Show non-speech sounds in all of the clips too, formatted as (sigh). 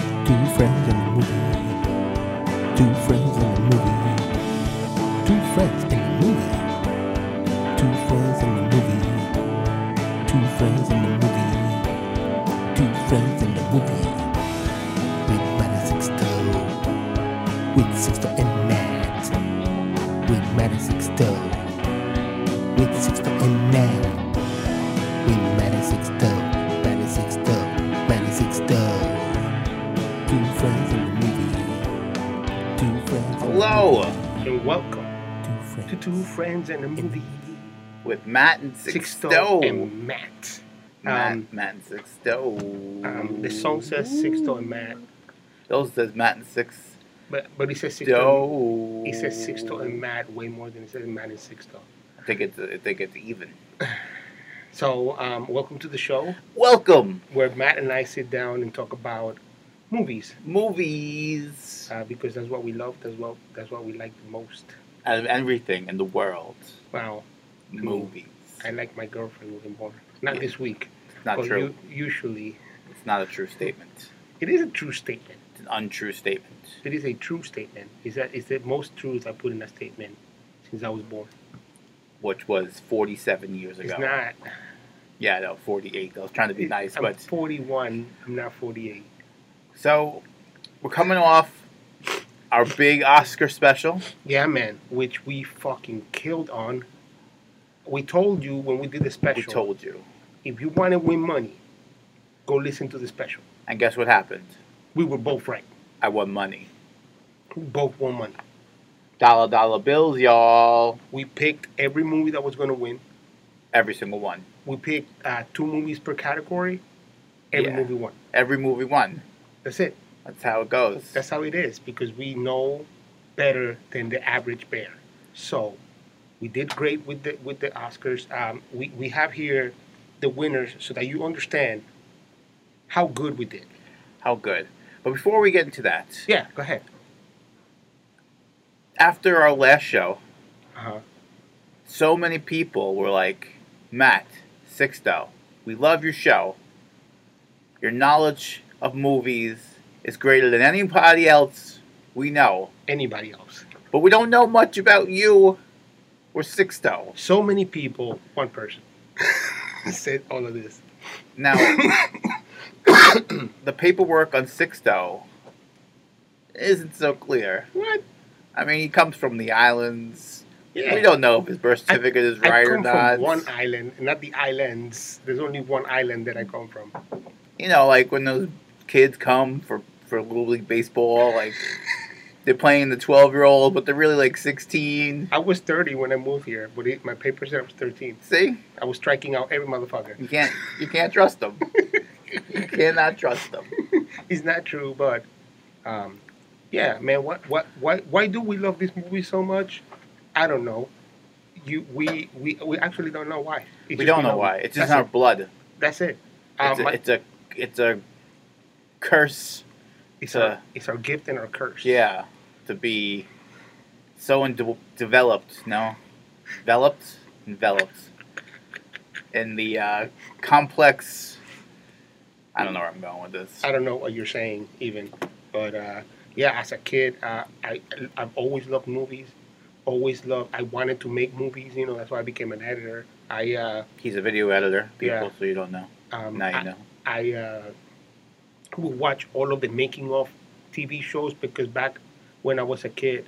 Two friends in a movie. Two friends in a movie. Two friends in a movie. Two friends in a movie. Two friends in a movie. Two friends in a movie. With Matt Sixto. With Sixto and Matt. With Matt Sixto. With Sixto and Matt. With Matt Sixto. Matt Sixto. Matt Sixto. Two friends in the movie. Two friends. in the Hello movie. and welcome Two friends. to Two Friends and a Movie. with Matt and Sixto Sixto. and Matt. Matt, Um, Matt and Sixto. um, the song says Sixto and Matt, Those says Matt and Sixto. but but he says Sixto. He says Sixto and Matt way more than he says Matt and Sixto. I think it's I think it's even. So um, welcome to the show Welcome, where Matt and I sit down and talk about movies movies uh, because that's what we love. That's what that's what we like the most. out of everything in the world. Wow, Movies. I like my girlfriend even more. Not this week. It's not but true. u- usually, It's not a true statement. it is a true statement. It's an untrue statement. It is a true statement. Is that is the most truth I put in a statement since I was born. Which was 47 years ago. It's not. yeah, no, 48. I was trying to be it- nice, I'm but 41. I'm not 48. so we're coming off our big Oscar special. Yeah, man. Which we fucking killed on. We told you when we did the We special. told you, If you want to win money, go listen to the special. and guess what happened? We were both right. I won money. We both won money. Dollar dollar bills, y'all. We picked every movie that was going to win. Every single one. We picked uh, two movies per category. Every Yeah. movie won. Every movie won. That's it. That's how it goes. That's how it is because we know better than the average bear. So we did great with the with the Oscars. Um, we we have here the winners so that you understand how good we did. how good. But before we get into that, Yeah, go ahead. after our last show, Uh-huh. so many people were like, Matt, Sixto, we love your show. Your knowledge of movies is greater than anybody else we know. Anybody else? But we don't know much about you or Sixto. So many people. One person (laughs) said all of this. Now, (coughs) the paperwork on Sixto isn't so clear. What? I mean, he comes from the islands. Yeah. We don't know if his birth certificate is right I or come not. from one island, not the islands. There's only one island that I come from. You know, like when those kids come for for little league baseball, like they're playing the twelve year old, but they're really like sixteen. I was 30 when I moved here, but it, my paper said I was 13. See, I was striking out every motherfucker. you can't you can't trust them. you cannot trust them. It's not true, but um, yeah, man. What, what, why, why do we love this movie so much? I don't know. You, we, we, we actually don't know why. It's We just don't we know love why. it. It's just in our that's blood. it. That's it. Um, It's a, my- it's a it's a curse. it's, a- our, it's our gift and our curse. Yeah, to be so unde- developed, no, developed, enveloped in the uh, complex. I don't know where I'm going with this. I don't know what you're saying even, but uh, yeah, as a kid, uh, I I've always loved movies. Always loved. I wanted to make movies. You know, that's why I became an editor. I uh, He's a video editor, people, Yeah. so you don't know. um, Now I- you know. I uh, would watch all of the making of TV shows because back when I was a kid,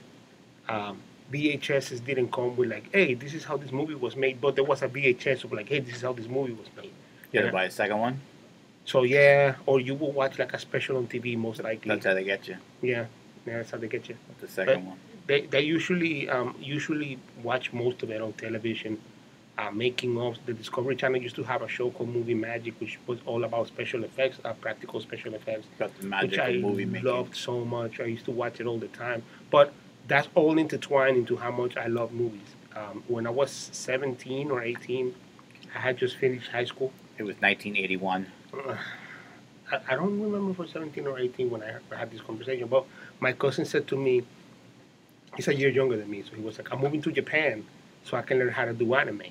um, VHSs didn't come with like, hey, this is how this movie was made, but there was a VHS of like, hey, this is how this movie was made. You had yeah. to buy a second one. So yeah, or you will watch like a special on TV most likely. That's how they get you yeah, yeah, that's how they get you. with the second one. They, they usually um, usually watch most of it on television. Uh, making of the Discovery Channel used to have a show called Movie Magic, which was all about special effects, uh, practical special effects. Got the which magic I of movie making. loved so much. I used to watch it all the time. But that's all intertwined into how much I love movies. Um, when I was 17 or 18, I had just finished high school. It was 1981. I, I don't remember if it was 17 or 18 when I had this conversation, but my cousin said to me, he's a year younger than me, so he was like, I'm moving to Japan so I can learn how to do anime.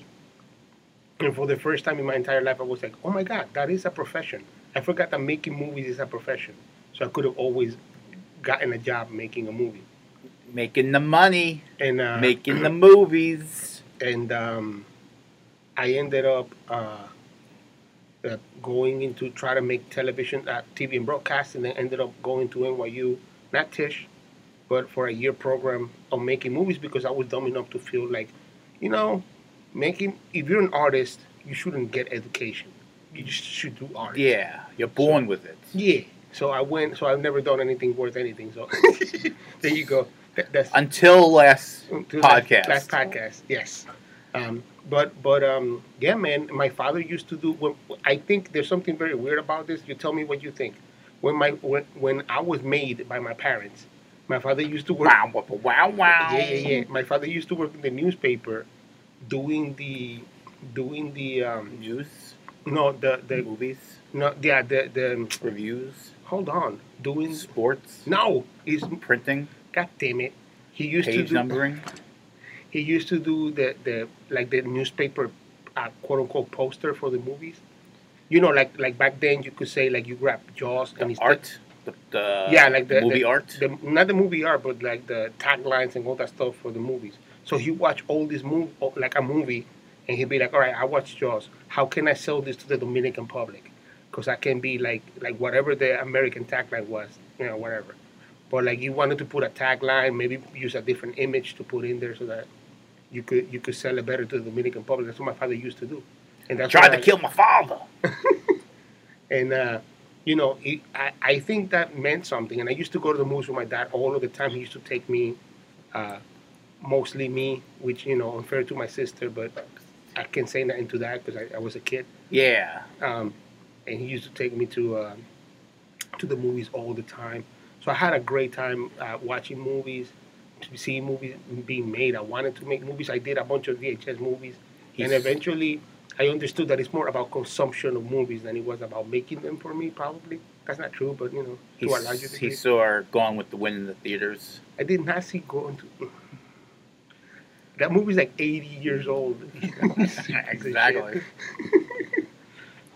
And for the first time in my entire life, I was like, oh my God, that is a profession. I forgot that making movies is a profession. So I could have always gotten a job making a movie. Making the money, And uh, making the movies. and um, I ended up uh, uh, going into try to make television, uh, TV and broadcasting. Then ended up going to NYU, not Tisch, but for a year program of making movies because I was dumb enough to feel like, you know, making. If you're an artist, you shouldn't get education. You just should do art. Yeah, you're born with it. Yeah. So I went. So I've never done anything worth anything. So (laughs) there you go. That, that's Until last to that- podcast. Last podcast, yes. Um, but but um, yeah, man. My father used to do. When, I think there's something very weird about this. You tell me what you think. When my when, when I was made by my parents, my father used to work. wow, wow, wow, wow. Yeah, yeah, yeah. My father used to work in the newspaper, doing the doing the um, News, no the the movies, no yeah the the reviews, hold on doing sports, Mm. no is printing, god damn it. He used to page do numbering. he used to do the, the like the newspaper uh, quote unquote poster for the movies. You know, like like back then, you could say like you grab Jaws and the it's art, the, the Yeah, like the- uh, movie art. The, not the movie art, but like the taglines and all that stuff for the movies. So he watched all these movie like a movie, and he'd be like, "All right, I watched Jaws. How can I sell this to the Dominican public? Because I can be like like whatever the American tagline was, you know, whatever." But like you wanted to put a tagline, maybe use a different image to put in there so that you could you could sell it better to the Dominican public. That's what my father used to do, and that's Tried what to I- kill my father. and uh, you know, it, I I think that meant something. And I used to go to the movies with my dad all of the time. He used to take me, uh, mostly me, which you know unfair to my sister, but I can say nothing to that because I, I was a kid. Yeah, Um, and he used to take me to uh, to the movies all the time. So I had a great time uh, watching movies, seeing movies being made. I wanted to make movies. I did a bunch of VHS movies and He's- eventually I understood that it's more about consumption of movies than it was about making them for me. Probably that's not true, but you know, he, to a larger he degree, saw Gone with the Wind in the theaters. (laughs) I did not see going to. (laughs) That movie's like 80 years old. (laughs) exactly.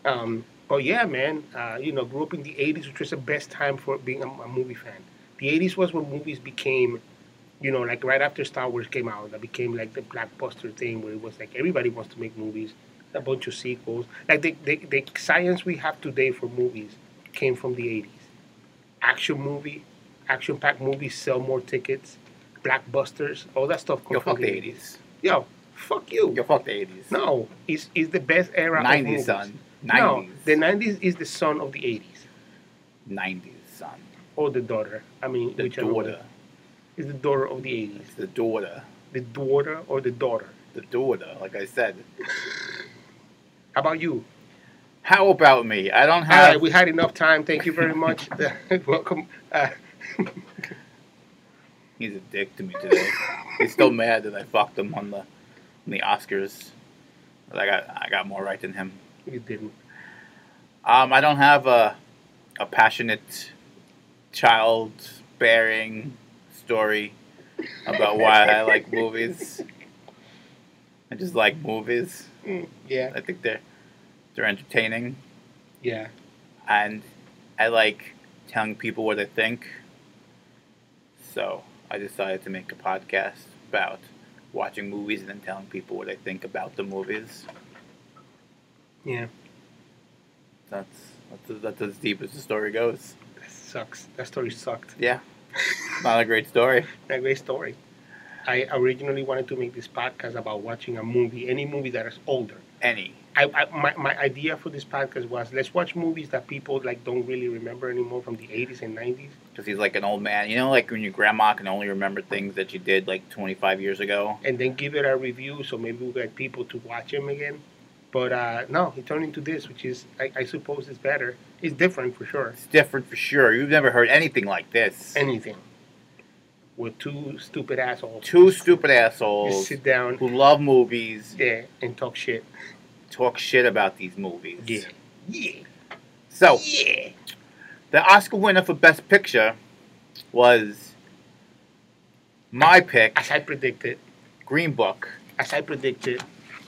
Um, but yeah, man, uh, you know, grew up in the 80s, which was the best time for being a, a movie fan. The 80s was when movies became, you know, like right after Star Wars came out, that became like the blockbuster thing where it was like everybody wants to make movies, a bunch of sequels. Like the, the, the science we have today for movies came from the 80s. Action movie, action packed movies sell more tickets, blockbusters, all that stuff Yo, comes fuck from the the 80s. eighties. Yo, fuck you. Yo, fuck the eighties. No, it's, it's the best era of nineties, movies. son. No, Nineties. the 90s is the son of the 80s Nineties, son. or the daughter. I mean, The whichever one. daughter. is the daughter of the 80s. It's the daughter. The daughter or the daughter. The daughter. Like I said. How about you? How about me? I don't All have. right, we had enough time. Thank you very (laughs) much. (laughs) Welcome. Uh, He's a dick to me today. He's still mad that I fucked him on the on the Oscars. But I got I got more right than him. you didn't. Um, I don't have a a passionate child bearing story about why I like movies. I just like movies. Mm, yeah, I think they're they're entertaining yeah. and I like telling people what I think. So I decided to make a podcast about watching movies and then telling people what I think about the movies. Yeah, That's that's, that's as deep as the story goes. that sucks. That story sucked. (laughs) Yeah, not a great story. Not a great story. I originally wanted to make this podcast about watching a movie, any movie that is older. Any. I, I my, my idea for this podcast was let's watch movies that people like don't really remember anymore from the 80s and 90s. Because he's like an old man. You know, like when your grandma can only remember things that you did like 25 years ago? and then give it a review so maybe we'll get people to watch him again. But uh, no, he turned into this, which is, I, I suppose, is better. It's different for sure. It's different for sure. You've never heard anything like this. Anything. We're two stupid assholes. Two stupid You assholes sit down who love movies yeah, and talk shit. talk shit about these movies. Yeah. So, Yeah. the Oscar winner for Best Picture was my pick, As I predicted, Green Book. as I predicted,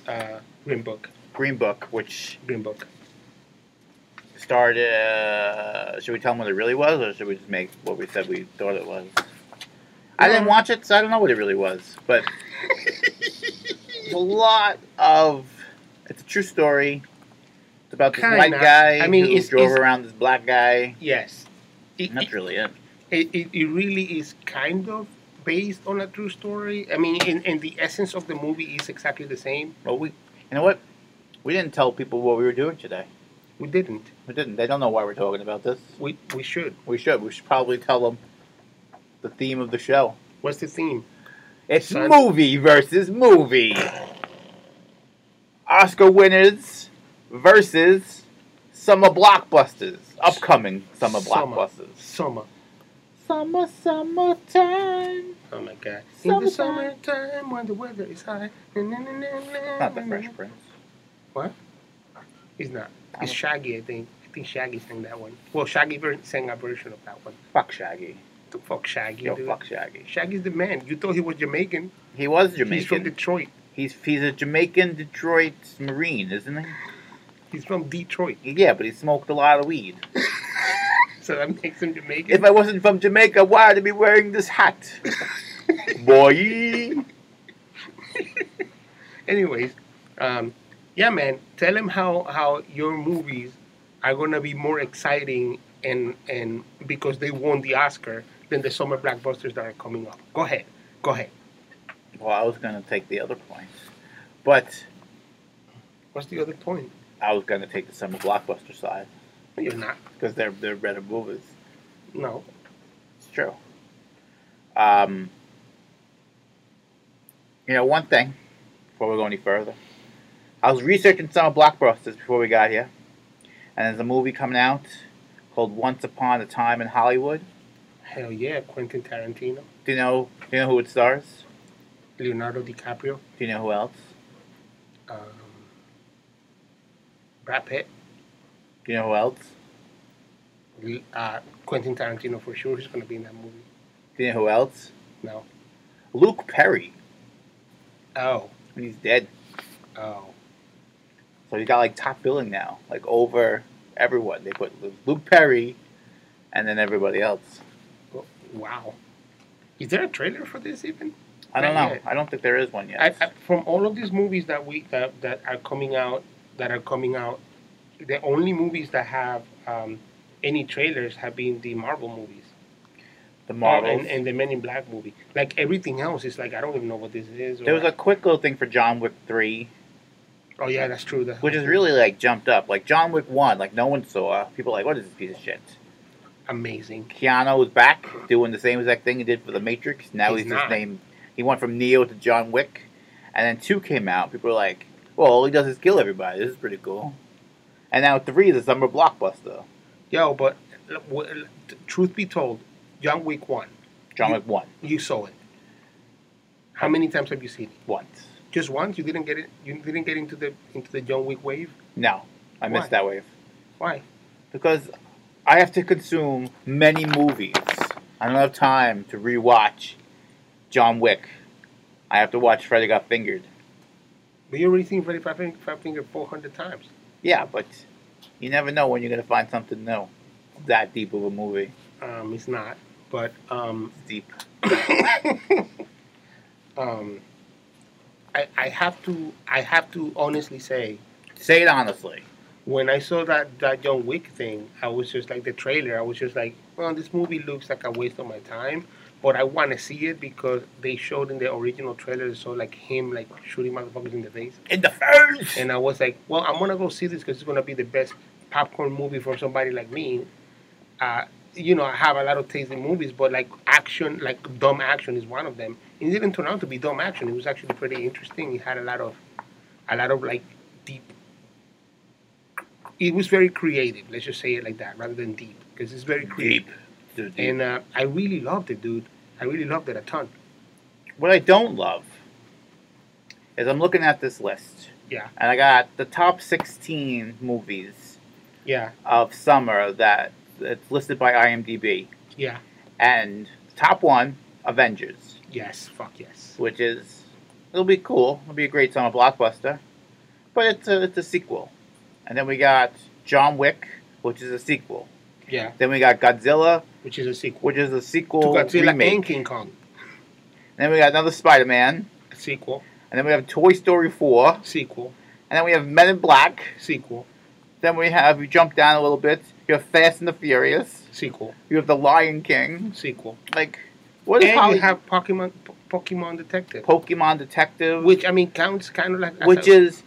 uh, Green Book. Green Book, which Green Book. is started. Uh, should we tell them what it really was, or should we just make what we said we thought it was? I Um, didn't watch it, so I don't know what it really was. (laughs) But it's a lot of. It's a true story. It's about this white Kinda. guy I mean, who it's- drove it's- around this black guy. Yes. It, And That's it, really it. it, it- it really is kind of based on a true story. I mean, and, and the essence of the movie is exactly the same. Well, we. You know what? We didn't tell people what we were doing today. We didn't. We didn't. They don't know why we're talking about this. We, we should. We should. We should probably tell them the theme of the show. What's the theme? It's Son. movie versus movie. Oscar winners versus summer blockbusters. Upcoming summer Summer. blockbusters. Summer. Summer, summertime. Oh my God. In the Summertime. summertime when the weather is high. It's Not the Fresh Prince. It's not. It's Shaggy, I think. I think Shaggy sang that one. Well, Shaggy ver- sang a version of that one. Fuck Shaggy. The fuck Shaggy, Yo, dude. fuck Shaggy. Shaggy's the man. You thought he was Jamaican. He was He's from Jamaican. Detroit. He's he's a Jamaican Detroit Marine, isn't He's from Detroit. he? Yeah, but he smoked a lot of weed. So that makes him Jamaican. If I wasn't from Jamaica, why would I be wearing this hat? Boy. Anyways, um, yeah, man, tell him how how your movies are gonna be more exciting and and because they won the Oscar than the summer blockbusters that are coming up. Go ahead, go ahead. Well, I was going to take the other point. But What's the other point? I was going to take the summer blockbuster side No, You're not. because they're, they're better movies. No, It's true. Um, you know, one thing before we go any further, I was researching summer blockbusters before we got here, and there's a movie coming out called Once Upon a Time in Hollywood. hell yeah, Quentin Tarantino, Do you know? Do you know who it stars? Leonardo DiCaprio, Do you know who else? um, Brad Pitt, Do you know who else? uh, Quentin Tarantino for sure. He's gonna be in that movie. Do you know who else? No. Luke Perry. Oh, When he's dead. oh, So he got like top billing now, like over everyone. They put Lu- Luke Perry, and then everybody else. oh, wow. Is there a trailer for this even? I don't Not know. yet. I don't think there is one yet. I, I, from all of these movies that we that, that are coming out that are coming out, the only movies that have um, any trailers have been the Marvel movies Oh, the Marvels. and, and the Men in Black movie. Like everything else is like I don't even know what this is. or- there was a quick little thing for John Wick three, oh yeah, that's true. That's which is really like jumped up. Like John Wick one, like no one saw. People were like, what is this piece of shit? amazing. Keanu was back doing the same exact thing he did for The Matrix. Now He's he's, not. just named. He went from Neo to John Wick, and then two came out. People were like, well, all he does is kill everybody. This is pretty cool. And now three is a summer blockbuster. Yo, but l- w- l- t- truth be told, John Wick one, John You- Wick one. you saw it. How many times have you seen it? once. Just once. You didn't get it. You didn't get into the into the John Wick wave. No, I Why? missed that wave Why? because I have to consume many movies. I don't have time to rewatch John Wick. I have to watch Freddy Got Fingered. But you already seen Freddy Five Finger, Five Finger four hundred times. Yeah, but you never know when you're gonna find something new. It's that deep of a movie. Um, it's not, but um, It's deep. um, I, I have to I have to honestly say Say it honestly. when I saw that that John Wick thing, I was just like the trailer. I was just like, well, this movie looks like a waste of my time, but I want to see it because they showed in the original trailer, so like him like shooting motherfuckers in the face, In the first. and I was like, well, I'm gonna go see this because it's gonna be the best popcorn movie for somebody like me. Uh, you know, I have a lot of taste in movies, but like action, like dumb action, is one of them. It didn't turn out to be dumb action. It was actually pretty interesting. It had a lot of, a lot of like deep. It was very creative. Let's just say it like that, rather than deep, because it's very creative. Deep. Too deep. And uh, I really loved it, dude. I really loved it a ton. What I don't love is I'm looking at this list. Yeah. And I got the top 16 movies Yeah, of summer that that's listed by IMDb, yeah, and top one, Avengers, yes, fuck yes. which is it'll be cool. It'll be a great summer blockbuster, but it's a it's a sequel. And then we got John Wick, which is a sequel. Yeah, Then we got Godzilla, which is a sequel. which is a To sequel Godzilla and remake. King Kong. Then we got another Spider Man, A sequel, and then we have Toy Story Four, and sequel, then we have Men in Black. sequel, Then we have you jump down a little bit. You have Fast and the Furious. sequel, You have The Lion King. sequel. Like, what is and Holly- you have Pokemon, Po- Pokemon Detective, Pokemon Detective, which, which I mean counts kind of like as a- is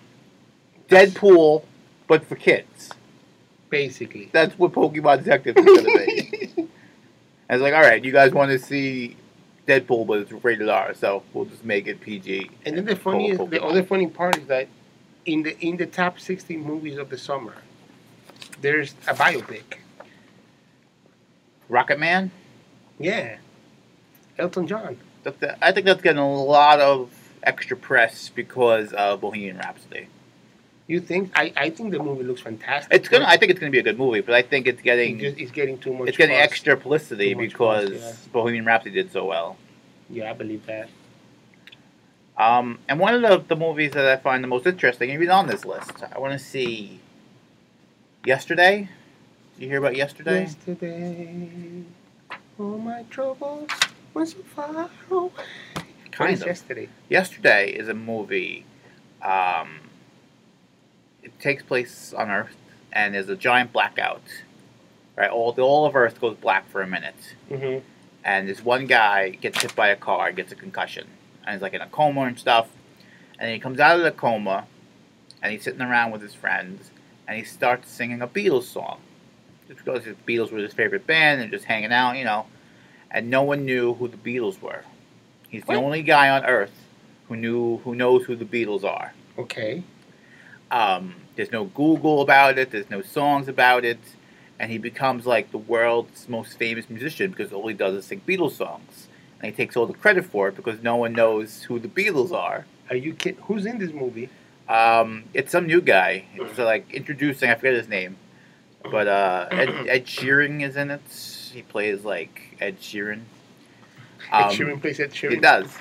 Deadpool, but for kids. basically. That's what Pokemon Detective is gonna be. (laughs) I was like, all right, you guys want to see Deadpool, but it's rated R, so we'll just make it PG. And then the call funny it is the Pokemon. other funny part is that in the in the top 60 movies of the summer, there's a biopic. Rocket Man. Yeah, Elton John. That's the, I think that's getting a lot of extra press because of Bohemian Rhapsody. You think? I, I think the movie looks fantastic. It's gonna. I think it's gonna be a good movie, but I think it's It getting just, it's getting too much. it's getting fuss. extra publicity Too much because fuss, yeah. Bohemian Rhapsody did so well. Yeah, I believe that. Um, and one of the, the movies that I find the most interesting, even on this list, I want to see. Yesterday, did you hear about yesterday? Yesterday, all my troubles were so far away. What Kind is of. yesterday? yesterday is a movie. Um, it takes place on Earth, and there's a giant blackout. Right, all all of Earth goes black for a minute. Mm-hmm. and this one guy gets hit by a car and gets a concussion and he's like in a coma and stuff and he comes out of the coma and he's sitting around with his friends and he starts singing a beatles song just because the beatles were his favorite band and just hanging out you know and no one knew who the beatles were he's the What? only guy on earth who knew who knows who the beatles are Okay. um, there's no google about it there's no songs about it and he becomes like the world's most famous musician because all he does is sing Beatles songs. And he takes all the credit for it because no one knows who the Beatles are. Are you kidding? Who's in this movie? Um, it's some new guy. It's uh, like introducing, I forget his name. But uh, Ed, (clears throat) Ed Sheeran is in it. He plays like Ed Sheeran. Ed Um, Sheeran plays Ed Sheeran. It does.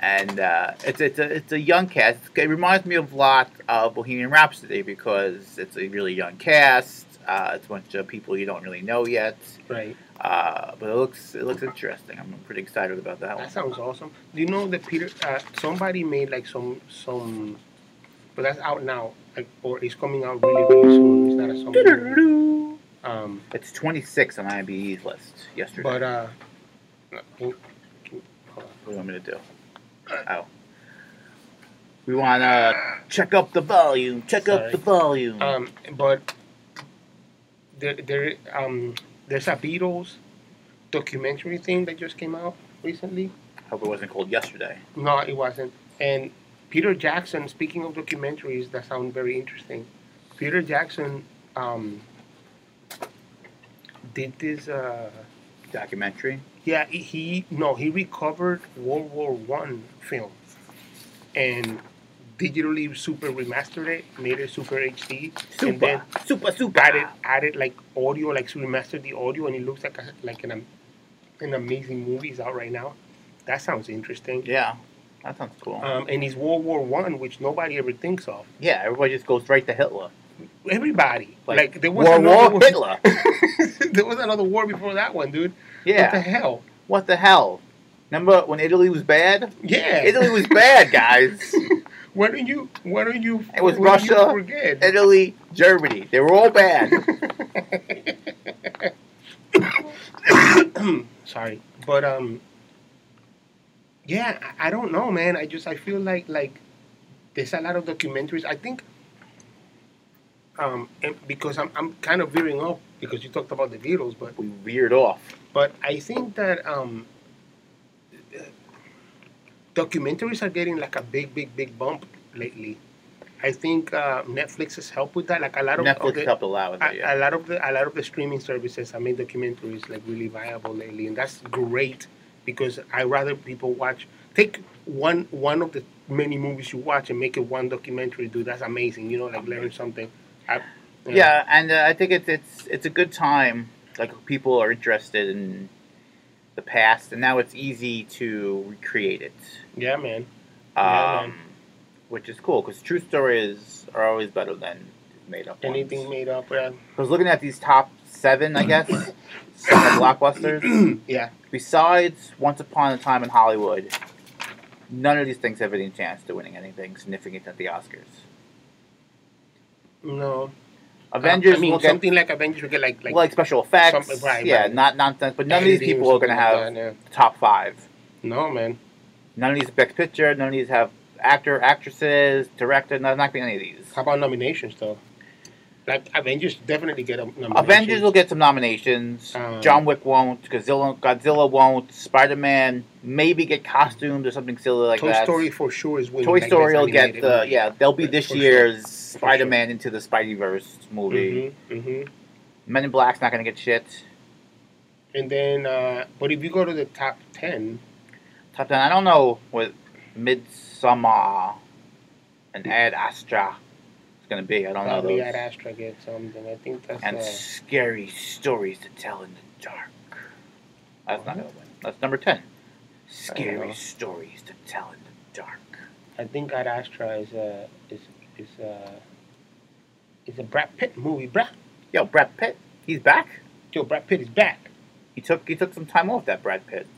and uh, it's it's a it's a young cast. It reminds me of a lot of Bohemian Rhapsody because it's a really young cast. Uh, it's a bunch of people you don't really know yet. Right. Uh, but it looks it looks interesting. I'm pretty excited about that one. That sounds awesome. Do you know that Peter? Uh, somebody made like some some, but that's out now, like, or it's coming out really really soon. It's not a summer. movie. Doo-doo-doo. Um, It's 26 on IMDb's list yesterday. but uh, what do you want me to do? Oh. We want to check up the volume. Check Sorry. up the volume. um, but there there um there's a Beatles documentary thing that just came out recently. Hope it wasn't called yesterday. No, it wasn't. And Peter Jackson, speaking of documentaries that sound very interesting, Peter Jackson um, did this. Uh, Documentary. yeah, he- he no, he recovered World War One film and digitally super remastered it, made it super HD, and then Super. Super. Super. added added like audio, like remastered the audio, and it looks like a, like an am- an amazing movie is out right now. That sounds interesting. Yeah, that sounds cool. um, and it's World War One, which nobody ever thinks of. yeah, everybody just goes right to Hitler. Everybody like, Like, there was World War another war. Hitler. (laughs) there was another war before that one, dude. What the Yeah. hell? What the hell? Remember when Italy was bad? Yeah, Italy was bad, guys. (laughs) Why don't you? Why don't you? It was why don't you Russia forget? Italy, Germany, they were all bad. (laughs) (coughs) Sorry, but um, yeah, I- I don't know, man. I just I feel like like there's a lot of documentaries. I think um, and because I'm I'm kind of veering off because you talked about the Beatles, but We veered off. but I think that um, uh, documentaries are getting like a big, big, big bump lately. I think uh, Netflix has helped with that. Like a lot of of Netflix the, helped a lot with a, that. Yeah. a lot of the a lot of the streaming services have made documentaries like really viable lately, and that's great because I rather people watch take one one of the many movies you watch and make it one documentary. Dude, that's amazing. You know, like learn something. I, yeah. and uh, I think it's it's it's a good time. Like people are interested in the past, and now it's easy to recreate it. yeah, man. um, Yeah, man. which is cool because true stories are always better than made up. Anything ones. made up? Yeah. (clears throat) I was looking at these top seven, I guess, seven blockbusters. yeah. Besides Once Upon a Time in Hollywood, none of these things have any chance to winning anything significant at the Oscars. Uh, No. Avengers I mean, will get something like Avengers will get like like, like, special effects, some- right, yeah, right. not nonsense. But none of these editing people are or going to have something like that, top five. yeah. No, man. None of these best picture. None of these have actor, actresses, director. No, not gonna be any of these. How about nominations though? Like Avengers definitely get a nomination. Avengers will get some nominations. Um, John Wick won't. Godzilla, Godzilla won't. Spider Man maybe get costumes or something silly like Toy that. Story for sure is winning. Toy like, Story best will get animated the movie. yeah. They'll be Yeah, this for sure. year's Spider Man into the Spideyverse movie. Mhm, mm-hmm. mhm. Men in Black's not gonna get shit. And then, uh, but if you go to the top ten, Top ten. I don't know what Midsummer and Ad Astra is gonna be. I don't know probably those. Ad Astra gets something. I think that's. and uh, scary stories to tell in the dark. That's not What? gonna win. That's number ten. Scary know. stories to tell in the dark. I think Ad Astra is a is is a is a Brad Pitt movie. Brad, Yo, Brad Pitt, he's back. yo, Brad Pitt is back. He took he took some time off. That Brad Pitt.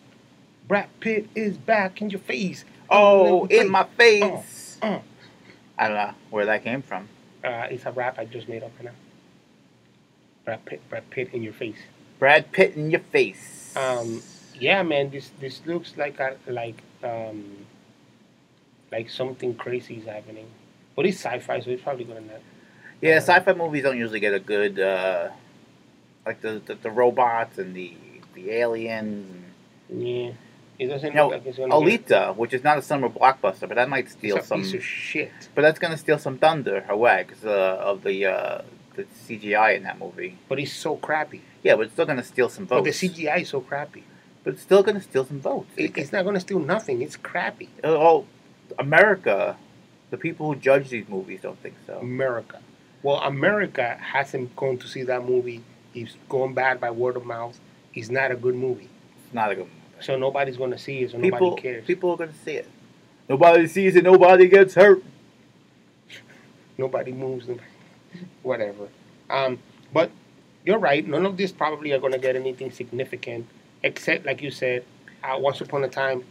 Brad Pitt is back in your face. Oh, Hey. in my face. Uh, uh. I don't know where that came from. Uh, it's a rap I just made up right now. Brad Pitt, Brad Pitt in your face. Brad Pitt in your face. Um, Yeah, man, this this looks like a like um like something crazy is happening. But it's sci-fi, so it's probably gonna not. uh, yeah, sci-fi movies don't usually get a good uh, like the, the the robots and the the aliens. And, Yeah, it doesn't No, look like it's gonna. get- Alita, which is not a summer blockbuster, but that might steal it's a some. piece of shit. But that's gonna steal some thunder away because uh, of the uh, the CGI in that movie. But it's so crappy. Yeah, but it's still gonna steal some votes. But the CGI is so crappy. But it's still gonna steal some votes. It, it's not gonna steal nothing. It's crappy. oh, America, the people who judge these movies don't think Mm. so. America. Well, America hasn't gone to see that movie. It's gone bad by word of mouth. It's not a good movie. It's not a good movie. So nobody's gonna see it. So people, nobody cares. people are gonna see it. Nobody sees it. Nobody gets hurt. nobody moves them, whatever. Um, but you're right. None of these probably are going to get anything significant, except like you said, uh, Once Upon a Time,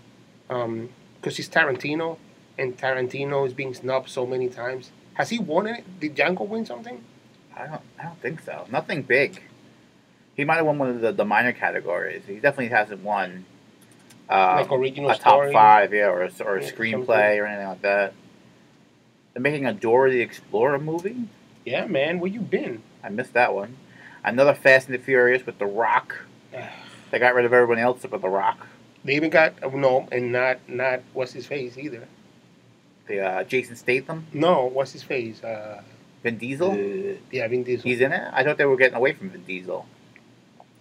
because it's Tarantino, and Tarantino is being snubbed so many times. Has he won it? Did Django win something? I don't. I don't think so. Nothing big. He might have won one of the, the minor categories. He definitely hasn't won. Um, like original a story. top five, yeah, or a, or a Yeah, screenplay something. or anything like that. They're making a Dora the Explorer movie. Yeah, man. Where you been? I missed that one. Another Fast and the Furious with The Rock. They got rid of everyone else but The Rock. They even got uh, no, and not not what's his face either. The uh, Jason Statham, No, what's his face? Uh, Vin Diesel. yeah, Vin Diesel. He's in it. I thought they were getting away from Vin Diesel.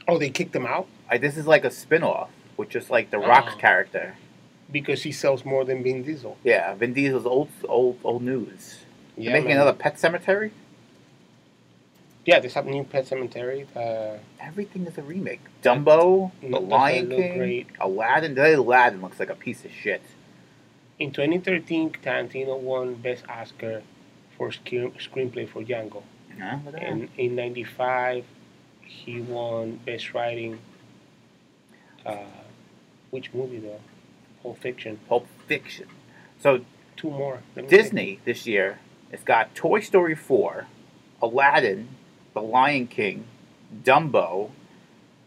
oh, they kicked him out I, this is like a spin-off with just like The Rock's Oh. character. because he sells more than Vin Diesel. Yeah, Vin Diesel's old old old news. They're Yeah, making man. another Pet Cemetery. Yeah, there's a new Pet Cemetery. Uh, Everything is a remake. Dumbo, It The doesn't Lion look King, great. Aladdin. Aladdin looks like a piece of shit. in 2013, Tarantino won Best Oscar for screen, screenplay for Django, Yeah, look at that. and in '95, he won Best Writing. Uh, which movie though? Pulp Fiction. Pulp Fiction. So Two more. Let me Disney this year has got Toy Story 4, Aladdin, The Lion King, Dumbo.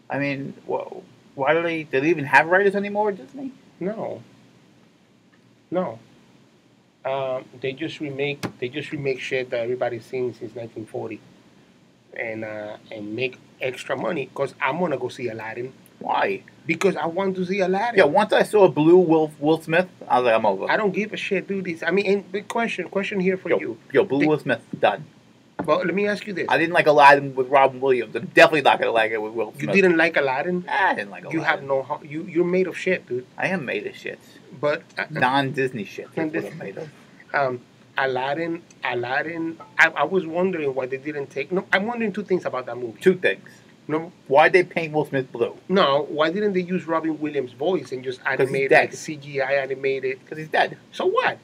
I mean, whoa. Why do they? Do they even have writers anymore? at Disney? see. No. No. Um, they just remake. They just remake shit that everybody's seen since 1940, and uh, and make extra money. Cause I'm gonna go see Aladdin. Why? because I want to see Aladdin. Yeah. Once I saw Blue Will Will Smith, I was like, I'm over. I don't give a shit, dude. This, I mean, and big question, question here for Yo, you. yo, Blue They- Will Smith done. But let me ask you this: I didn't like Aladdin with Robin Williams. I'm definitely not gonna like it with Will Smith. You didn't like Aladdin. Nah, I didn't like Aladdin. You have no. ho- You you're made of shit, dude. I am made of shit. But uh, Non-Disney shit. That's what I'm Non-Disney. made of. um, Aladdin, Aladdin. I, I was wondering why they didn't take. No, I'm wondering two things about that movie. Two things. No, Why'd they paint Will Smith blue? no. Why didn't they use Robin Williams' voice and just he's animate dead. like CGI animated? Because he's dead. So what?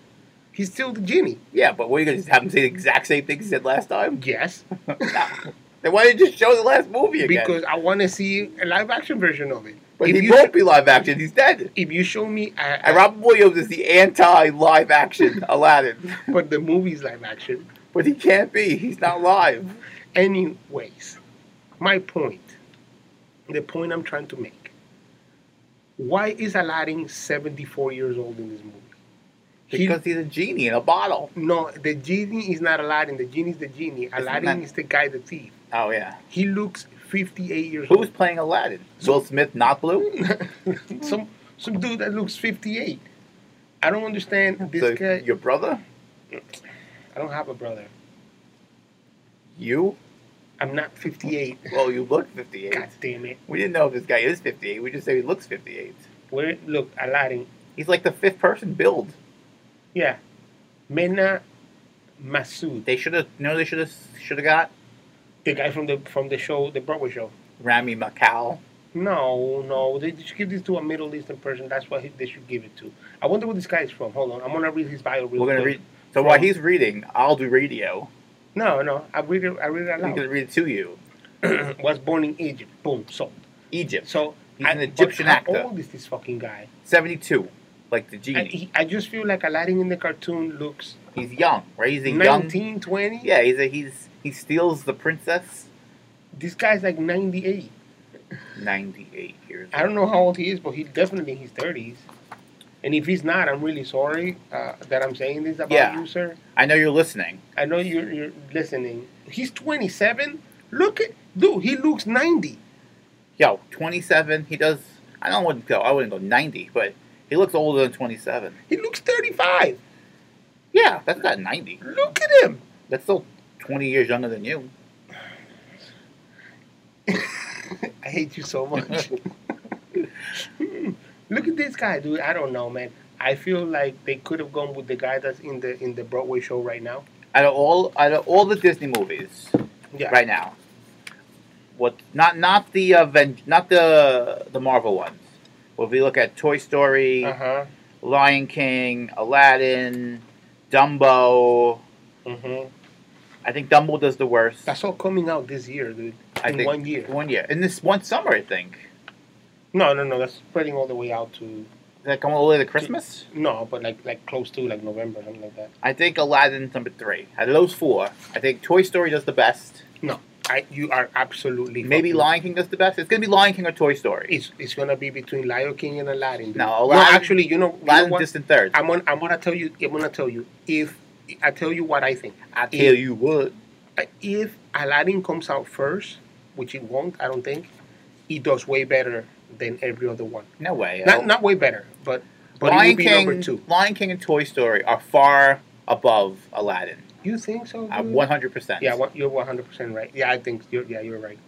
He's still the genie. Yeah, but what are you gonna just have him say the exact same thing he said last time? (laughs) Yes, Then why did you just show the last movie again? because I want to see a live action version of it. but if he you won't be live action. He's dead. if you show me, a, And Robin Williams is the anti live (laughs) action Aladdin, but the movie's live action. but he can't be. He's not live. Anyways, my point, the point I'm trying to make. Why is Aladdin 74 years old in this movie? He- Because he's a genie in a bottle. No, the genie is not Aladdin. The genie is the genie. Aladdin that- is the guy, the thief. Oh yeah. He looks 58 years Who's playing Aladdin? Will Smith, not blue. old. (laughs) Some some dude that looks 58. I don't understand this So, guy. your brother, I don't have a brother. you. I'm not 58. Well, you look 58. God damn it. We didn't know if this guy is 58. We just say he looks 58. Where look, Aladdin. He's like the fifth person build. Yeah. Mena Masood, They should have. No, they should have. Should have got the guy from the from the show, the Broadway show. Rami Macau. No, no, they should give this to a Middle Eastern person. That's what he, they should give it to. I wonder where this guy is from. Hold on, I'm gonna read his bio. Real We're gonna quick. read. So while he's reading, I'll do radio. No, no, I read it. I read it out I'm loud. gonna read it to you. was born in Egypt. Boom, sold. Egypt. So He's I- an Egyptian but how actor. old is this fucking guy? 72, like the I, genie. he, I just feel like Aladdin in the cartoon looks He's young, right? He's a young. 19, 20. Yeah, he's a, he's he steals the princess. This guy's like 98. 98 years. I don't know how old he is, but he's definitely in his 30s. And if he's not, I'm really sorry uh, that I'm saying this about Yeah. you, sir. I know you're listening. I know you're, you're listening. He's 27. Look at, dude, he looks 90. Yo, 27. He does. I don't wouldn't go. I wouldn't go 90, but he looks older than 27. He looks 35. Yeah, that's not 90. Look at him. That's still 20 years younger than you. (laughs) I hate you so much. (laughs) Look at this guy, dude. I don't know, man. I feel like they could have gone with the guy that's in the in the Broadway show right now. Out of all out of all the Disney movies Yeah. right now, what not not the uh, Ven- not the the Marvel ones. Well, if we look at Toy Story, Uh huh. Lion King, Aladdin, Dumbo, Mm-hmm. I think Dumbo does the worst. That's all coming out this year, dude. I in think one year. One year. In this one summer, I think. No, no, no. That's spreading all the way out to Is that coming all the way to Christmas? no, but like like close to like November, something like that. I think Aladdin's number three. Out of those four, I think Toy Story does the best. No, I you are absolutely Maybe fucking- Lion King does the best. It's gonna be Lion King or Toy Story. It's it's gonna be between Lion King and Aladdin. Dude. No, Aladdin- actually, you know, you know Aladdin what? distant third. I'm on, I'm gonna tell you. I'm gonna tell you if I tell you what I think. I tell you what. if Aladdin comes out first, which it won't, I don't think, it does way better than every other one. No way. Oh. Not not way better, but but it Lion will be King, number two. Lion King and Toy Story are far above Aladdin. You think so? At dude? one hundred percent. Mm-hmm. Yeah, one- you're one hundred percent right. Yeah, I think you're yeah you're right.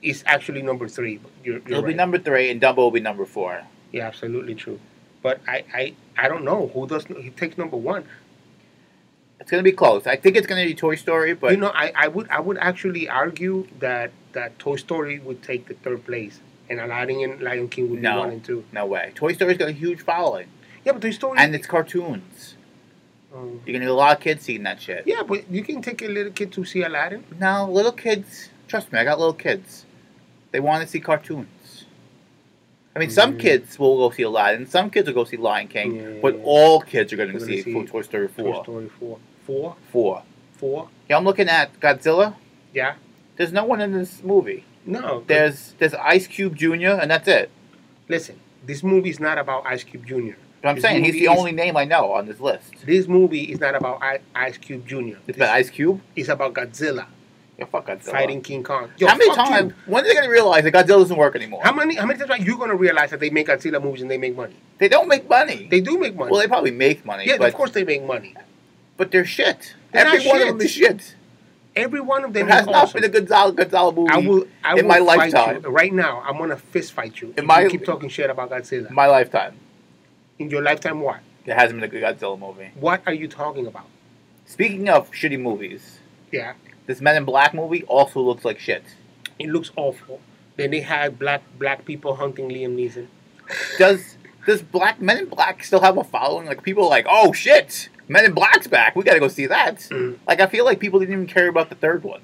It's actually number three. But you're you're It'll right. be number three, and Dumbo will be number four. yeah, absolutely true. But I, I I don't know who does he takes number one. It's gonna be close. I think it's gonna be Toy Story, but you know, I, I would I would actually argue that that Toy Story would take the third place, and Aladdin and Lion King would No. be one and two. no way. Toy Story's got a huge following, Yeah, but Toy Story and it's cartoons. Um, You're gonna get a lot of kids seeing that shit. Yeah, but you can take a little kid to see Aladdin. No, little kids. Trust me, I got little kids. They want to see cartoons. I mean, some Mm. kids will go see Aladdin. Some kids will go see Lion King. Yeah, yeah, but yeah. all kids are going to They're see, gonna for see Toy Story Toy Four. Story 4. 4? Four. 4? Yeah, I'm looking at Godzilla. Yeah. There's no one in this movie. No. but There's there's Ice Cube Jr. and that's it. Listen, this movie is not about Ice Cube Jr. But I'm This saying he's movie the is- only name I know on this list. This movie is not about I- Ice Cube Jr. It's about Ice Cube. It's about Godzilla Yeah, fuck Godzilla. fighting King Kong. Yo, how many fuck times? you. When are they going to realize that Godzilla doesn't work anymore? How many, how many times are you going to realize that they make Godzilla movies and they make money? They don't make money. They do make money. well, they probably make money. yeah, but, of course they make money. But they're shit. They're not Every one of them is shit. Every one of There them has is not awesome. been a Gonzalo Gonzalo movie I will, I in will my fight lifetime. You. Right now, I'm going to fist fight you. if you my- keep talking shit about Godzilla. in my lifetime. in your lifetime, what? There hasn't been a good Godzilla movie. What are you talking about? Speaking of shitty movies, Yeah. this Men in Black movie also looks like shit. It looks awful. Then they had black black people hunting Liam Neeson. Does does Black Men in Black still have a following? Like people are like, oh shit, Men in Black's back. We got to go see that. Mm. Like I feel like people didn't even care about the third one.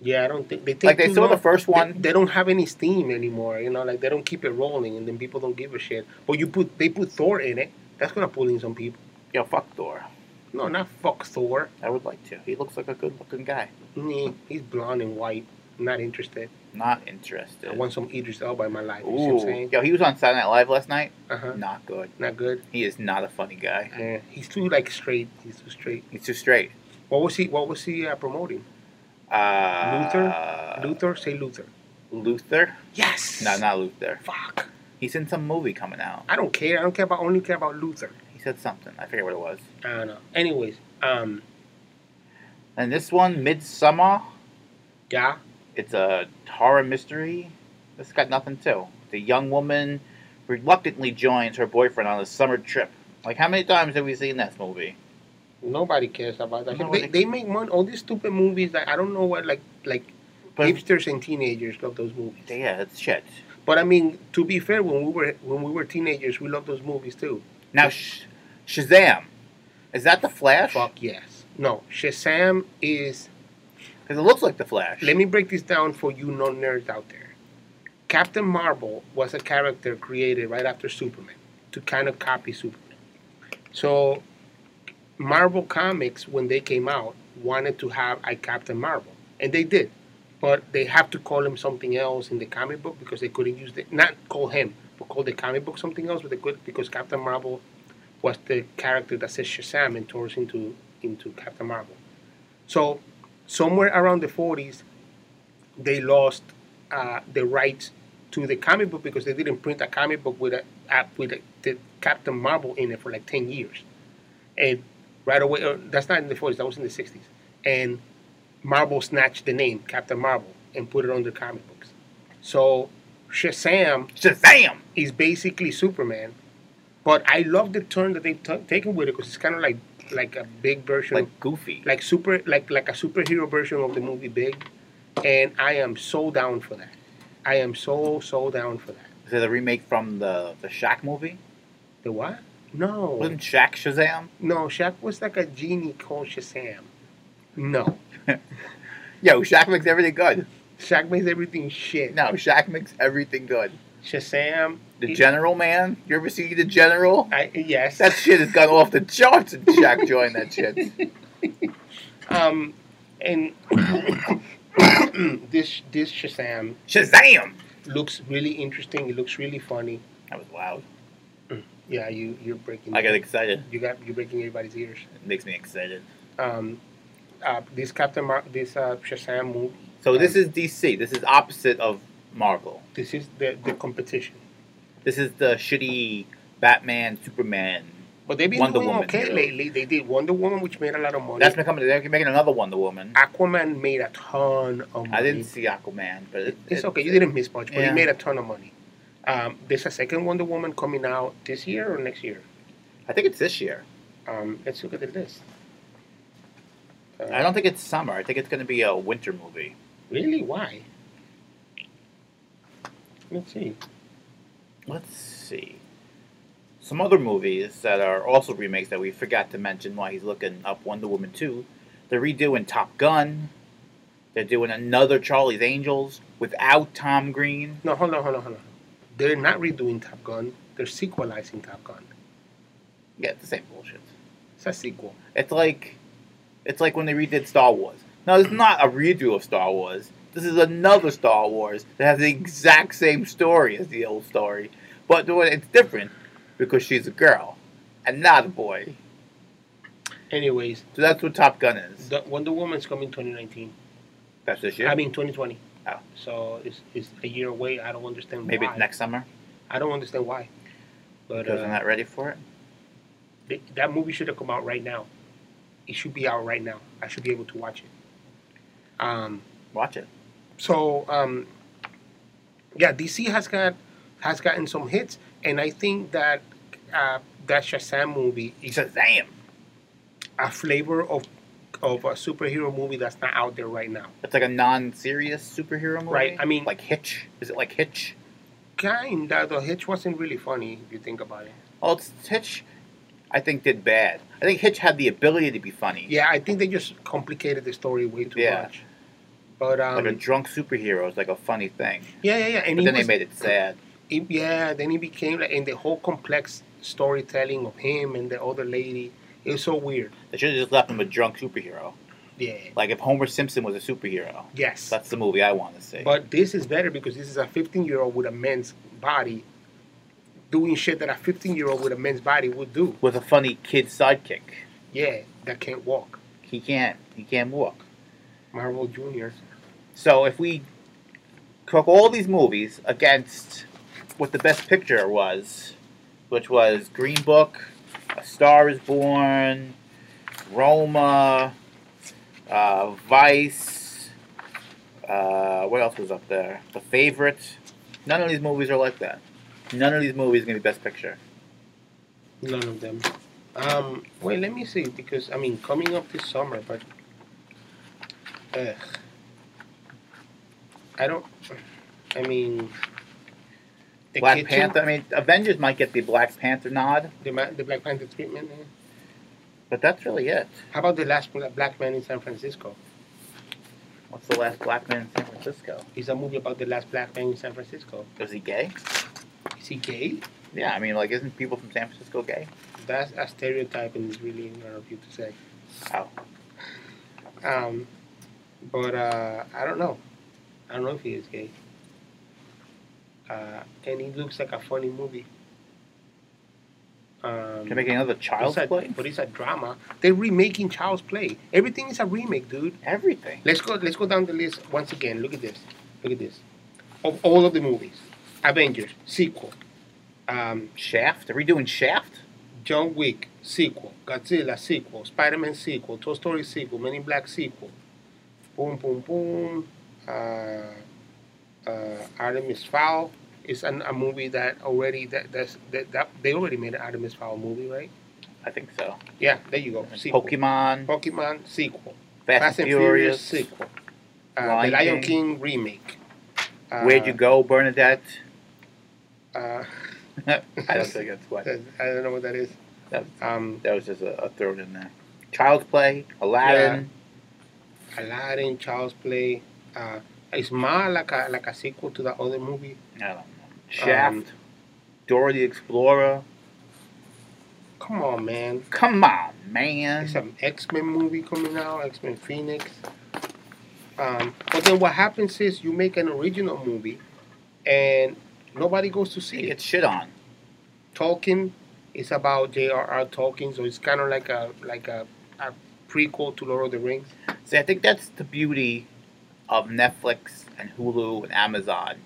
Yeah, I don't think they take Like they too saw the long. first They, one. they don't have any steam anymore. You know, like they don't keep it rolling, and then people don't give a shit. But you put they put Thor in it. That's gonna pull in some people. Yo, fuck Thor. No, not fuck Thor. I would like to. He looks like a good-looking guy. Nah, he's blonde and white. Not interested. Not interested. I want some Idris Elba in my life. You see what I'm Ooh, saying? yo, he was on Saturday Night Live last night. Uh-huh. Not good. Not good. He is not a funny guy. Yeah, he's too like straight. He's too straight. He's too straight. What was he? What was he uh, promoting? Uh, Luther. Say Luther. Luther? Yes. No, not Luther. Fuck. He's in some movie coming out. I don't care. I don't care about. Only care about Luther. He said something. I forget what it was. I don't know. Anyways, um, And this one, Midsummer, yeah, it's a horror mystery. It's got nothing to. The young woman reluctantly joins her boyfriend on a summer trip. Like, how many times have we seen this movie? nobody cares about that. Nobody- They, they make money. All these stupid movies. Like I don't know what. Like like But hipsters and teenagers love those movies. yeah, it's shit. But I mean, to be fair, when we were when we were teenagers, we loved those movies too. Now, sh- Shazam. Is that the Flash? Fuck yes. No, Shazam is. Because it looks like the Flash. Let me break this down for you non nerds out there. Captain Marvel was a character created right after Superman to kind of copy Superman. So, Marvel Comics, when they came out, wanted to have a Captain Marvel, and they did. But they have to call him something else in the comic book because they couldn't use the not call him, but call the comic book something else. But they could because Captain Marvel was the character that says Shazam and turns into into Captain Marvel. So somewhere around the 40s, they lost uh, the rights to the comic book because they didn't print a comic book with a uh, with a, the Captain Marvel in it for like 10 years, and right away uh, that's not in the 40s. That was in the 60s, and Marvel snatched the name Captain Marvel and put it on the comic books. So Shazam Shazam! is basically Superman, but I love the turn that they've t- taken with it because it's kind of like like a big version of Like Goofy. like super like like a superhero version of the movie Big, and I am so down for that. I am so so down for that. Is it a remake from the the Shaq movie? The what? No, Wasn't Shaq Shazam? no, Shaq was like a genie called Shazam. No, Yo, Shaq makes everything good. Shaq makes everything shit. No, Shaq makes everything good. Shazam. The he- General Man. You ever see the General? I, yes. That shit has gone off the charts and Shaq joined that shit. um, and (coughs) this this Shazam Shazam! looks really interesting. It looks really funny. That was loud. Yeah, you you're breaking. I got excited. You got you're breaking everybody's ears. It makes me excited. um, uh, this Captain Mar- this uh, Shazam movie. So this is DC. This is opposite of Marvel. This is the, the competition, This is the shitty Batman, Superman. but they've been Wonder doing Woman, okay yeah. lately. They did Wonder Woman, which made a lot of money. That's becoming. They're making another Wonder Woman. Ah, Aquaman made a ton of money. I didn't see Aquaman, but it, It's it- okay. You didn't miss much, but Yeah. he made a ton of money. Um, there's a second Wonder Woman coming out this year or next year. I think it's this year. Um, let's look at the list. Uh, I don't think it's summer. I think it's going to be a winter movie. really. Why? Let's see. Let's see. Some other movies that are also remakes that we forgot to mention while he's looking up Wonder Woman 2. They're redoing Top Gun. They're doing another Charlie's Angels without Tom Green. No, hold on, hold on, hold on. They're not redoing Top Gun. They're sequelizing Top Gun. Yeah, it's the same bullshit. It's a sequel. It's like it's like when they redid Star Wars. No, it's not a redo of Star Wars. This is another Star Wars that has the exact same story as the old story, but the way- it's different because she's a girl and not a boy. Anyways, So that's what Top Gun is. the Wonder Woman's coming 2019. That's this year. I mean 2020. Oh. So it's, it's a year away. I don't understand Maybe why. next summer I don't understand why. But because I'm uh, not ready for it. th- that movie should have come out right now. It should be out right now. I should be able to watch it. Um, Watch it. so um, yeah, DC has got has gotten some hits, and I think that uh, that Shazam movie He is says, "Damn, a flavor of of a superhero movie that's not out there right now. it's like a non-serious superhero movie, Right, I mean- like Hitch. Is it like Hitch? Kinda, though. Hitch wasn't really funny if you think about it. Well, Oh, it's, Hitch, I think, did bad. I think Hitch had the ability to be funny. Yeah, I think they just complicated the story way too Yeah. much. But um, like a drunk superhero is like a funny thing. yeah, yeah, yeah. And But he then was- they made it sad. he- yeah, then he became like, and the whole complex storytelling of him and the other lady. It was so weird. They should have just left him a drunk superhero. Yeah. Like if Homer Simpson was a superhero. Yes. That's the movie I want to see. But this is better because this is a 15 year old with a man's body doing shit that a 15 year old with a man's body would do. With a funny kid sidekick. Yeah, that can't walk. He can't. He can't walk. Marvel Jr. So if we cook all these movies against what the best picture was, which was Green Book, A Star Is Born, Roma, uh, Vice. Uh, what else was up there? The Favorite. None of these movies are like that. None of these movies are gonna be Best Picture. None of them. Um, wait, let me see because I mean, coming up this summer, but ugh, I don't. I mean, the Black Kitchen, Panther. I mean, Avengers might get the Black Panther nod, the, Ma- the Black Panther treatment. eh? but that's really it. How about the last Bla- black man in San Francisco? What's the last black man in San Francisco? It's a movie about the last black man in San Francisco. Is he gay? Is he gay? Yeah, I mean, like, isn't people from San Francisco gay? That's a stereotype, and it's really not of you to say. Oh. Um, but uh, I don't know. I don't know if he is gay. Uh, and he looks like a funny movie. Um, Can make another child's it's a- play? but it's a drama. They're remaking Child's Play. Everything is a remake, dude. Everything. Let's go. Let's go down the list once again. Look at this. Look at this. Of all of the movies, Avengers sequel, um, Shaft? Are we doing Shaft? John Wick sequel, Godzilla sequel, Spider Man sequel, Toy Story sequel, Men in Black sequel, Boom Boom Boom, uh, uh, Artemis Fowl is an, a movie that already that that's, that, that they already made an Artemis Fowl movie, right? I think so. Yeah, there you go. And Sequel. Pokemon, Pokemon sequel, Fast, and Furious, sequel, uh, The Lion Lion King. King remake. Uh, Where'd You Go, Bernadette? (laughs) Uh, I don't think that's what. I don't know what that is. That, Um, that was just a, a throw in there. Child's Play, Aladdin. Aladdin, Child's Play. Uh, it's more like a like a sequel to that other movie, I don't know. Shaft, Dora the Explorer. Come on, man. Come on, There's man. an X Men movie coming out, X Men Phoenix. Um, but then what happens is you make an original movie, and nobody goes to It see it. gets shit on. Tolkien is about J.R.R. Tolkien, so it's kind of like a like a, a prequel to Lord of the Rings. See, I think that's the beauty of Netflix and Hulu and Amazon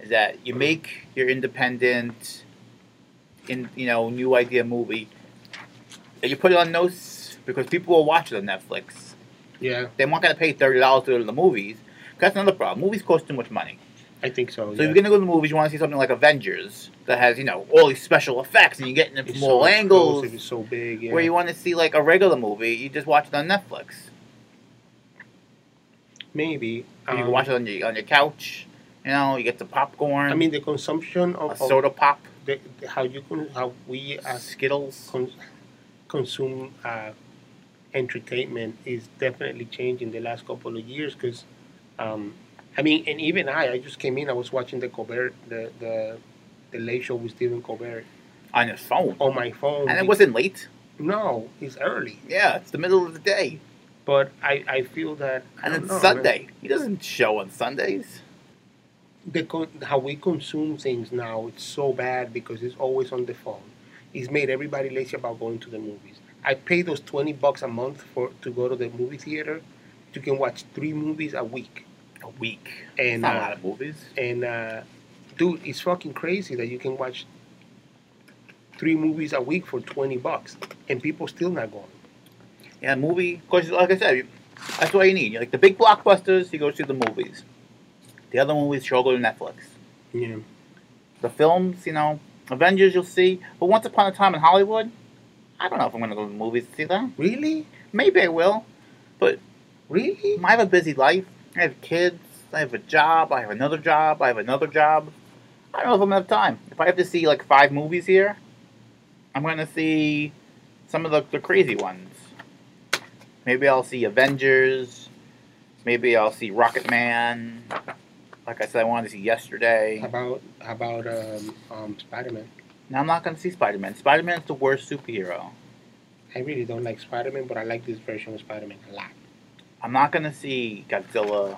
is that you make your independent, in you know, new idea movie, and you put it on those because people will watch it on Netflix. Yeah, They're not gonna pay thirty dollars to go to the movies. 'cause That's another problem. Movies cost too much money. I think so. So yeah. if you're gonna go to the movies, you want to see something like Avengers that has you know all these special effects and you're getting it It's from so all angles. explosive, It's so big. Yeah. Where you want to see like a regular movie, you just watch it on Netflix. Maybe you um, can watch it on your on your couch. You know, you get the popcorn. I mean, the consumption a of, of soda pop, uh, the, the- how you con- how we as Skittles. con- consume uh, entertainment is definitely changing the last couple of years. Because, um, I mean, and even I, I just came in. I was watching the Colbert, the the, the Late Show with Stephen Colbert on your phone, on my phone. and it wasn't late. no, it's early, Yeah, it's the middle of the day, but I I feel that I and don't it's know, man. Sunday. He doesn't show on Sundays. the con- how we consume things now it's so bad because it's always on the phone it's made everybody lazy about going to the movies i pay those 20 bucks a month for to go to the movie theater you can watch three movies a week A week. It's and not a uh, lot of movies. and uh, dude it's fucking crazy that you can watch three movies a week for 20 bucks and people still not going Yeah, movie. Of course, like I said, you- that's what you need. Like the big blockbusters, you go see the movies. The other movies, you all go to Netflix. yeah The films, you know, Avengers, you'll see. But Once Upon a Time in Hollywood, I don't know if I'm gonna go to the movies to see that. really Maybe I will. really I have a busy life. I have kids. I have a job. I have another job. I have another job. I don't know if I'm gonna have time. If I have to see like five movies here, I'm gonna see some of the, the crazy ones. Maybe I'll see Avengers. Maybe I'll see Rocket Man. Like I said, I wanted to see yesterday. How about how about um, um, Spider Man? Now I'm not gonna see Spider Man. Spider Man's the worst superhero. I really don't like Spider Man, but I like this version of Spider Man a lot. I'm not gonna see Godzilla.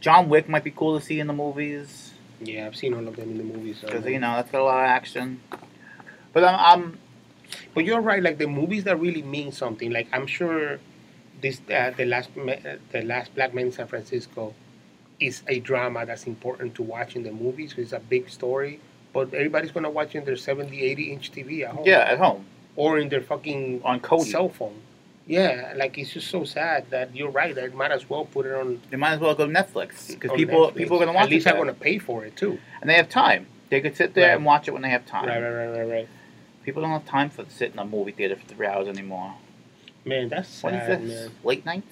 John Wick might be cool to see in the movies. Yeah, I've seen all of them in the movies. so- because you know that's got a lot of action. But I'm, I'm But you're right. Like the movies that really mean something. Like I'm sure this uh, the last Ma- uh, the last Black Man in San Francisco is a drama that's important to watch in the movies. It's a big story, but everybody's gonna watch it in their 70, 80 inch TV at home, yeah at home or in their fucking on Cody. cell phone. Yeah, like it's just so sad that you're right. I might as well put it on they might as well go to Netflix because on people Oh, Netflix. people are gonna watch At least it, I'm gonna pay for it too. and they have time. They could sit there Right. and watch it when they have time. Right, right, right, right, right. People don't have time for sit in a movie theater for three hours anymore. Man, that's What is sad, this? man. Late night?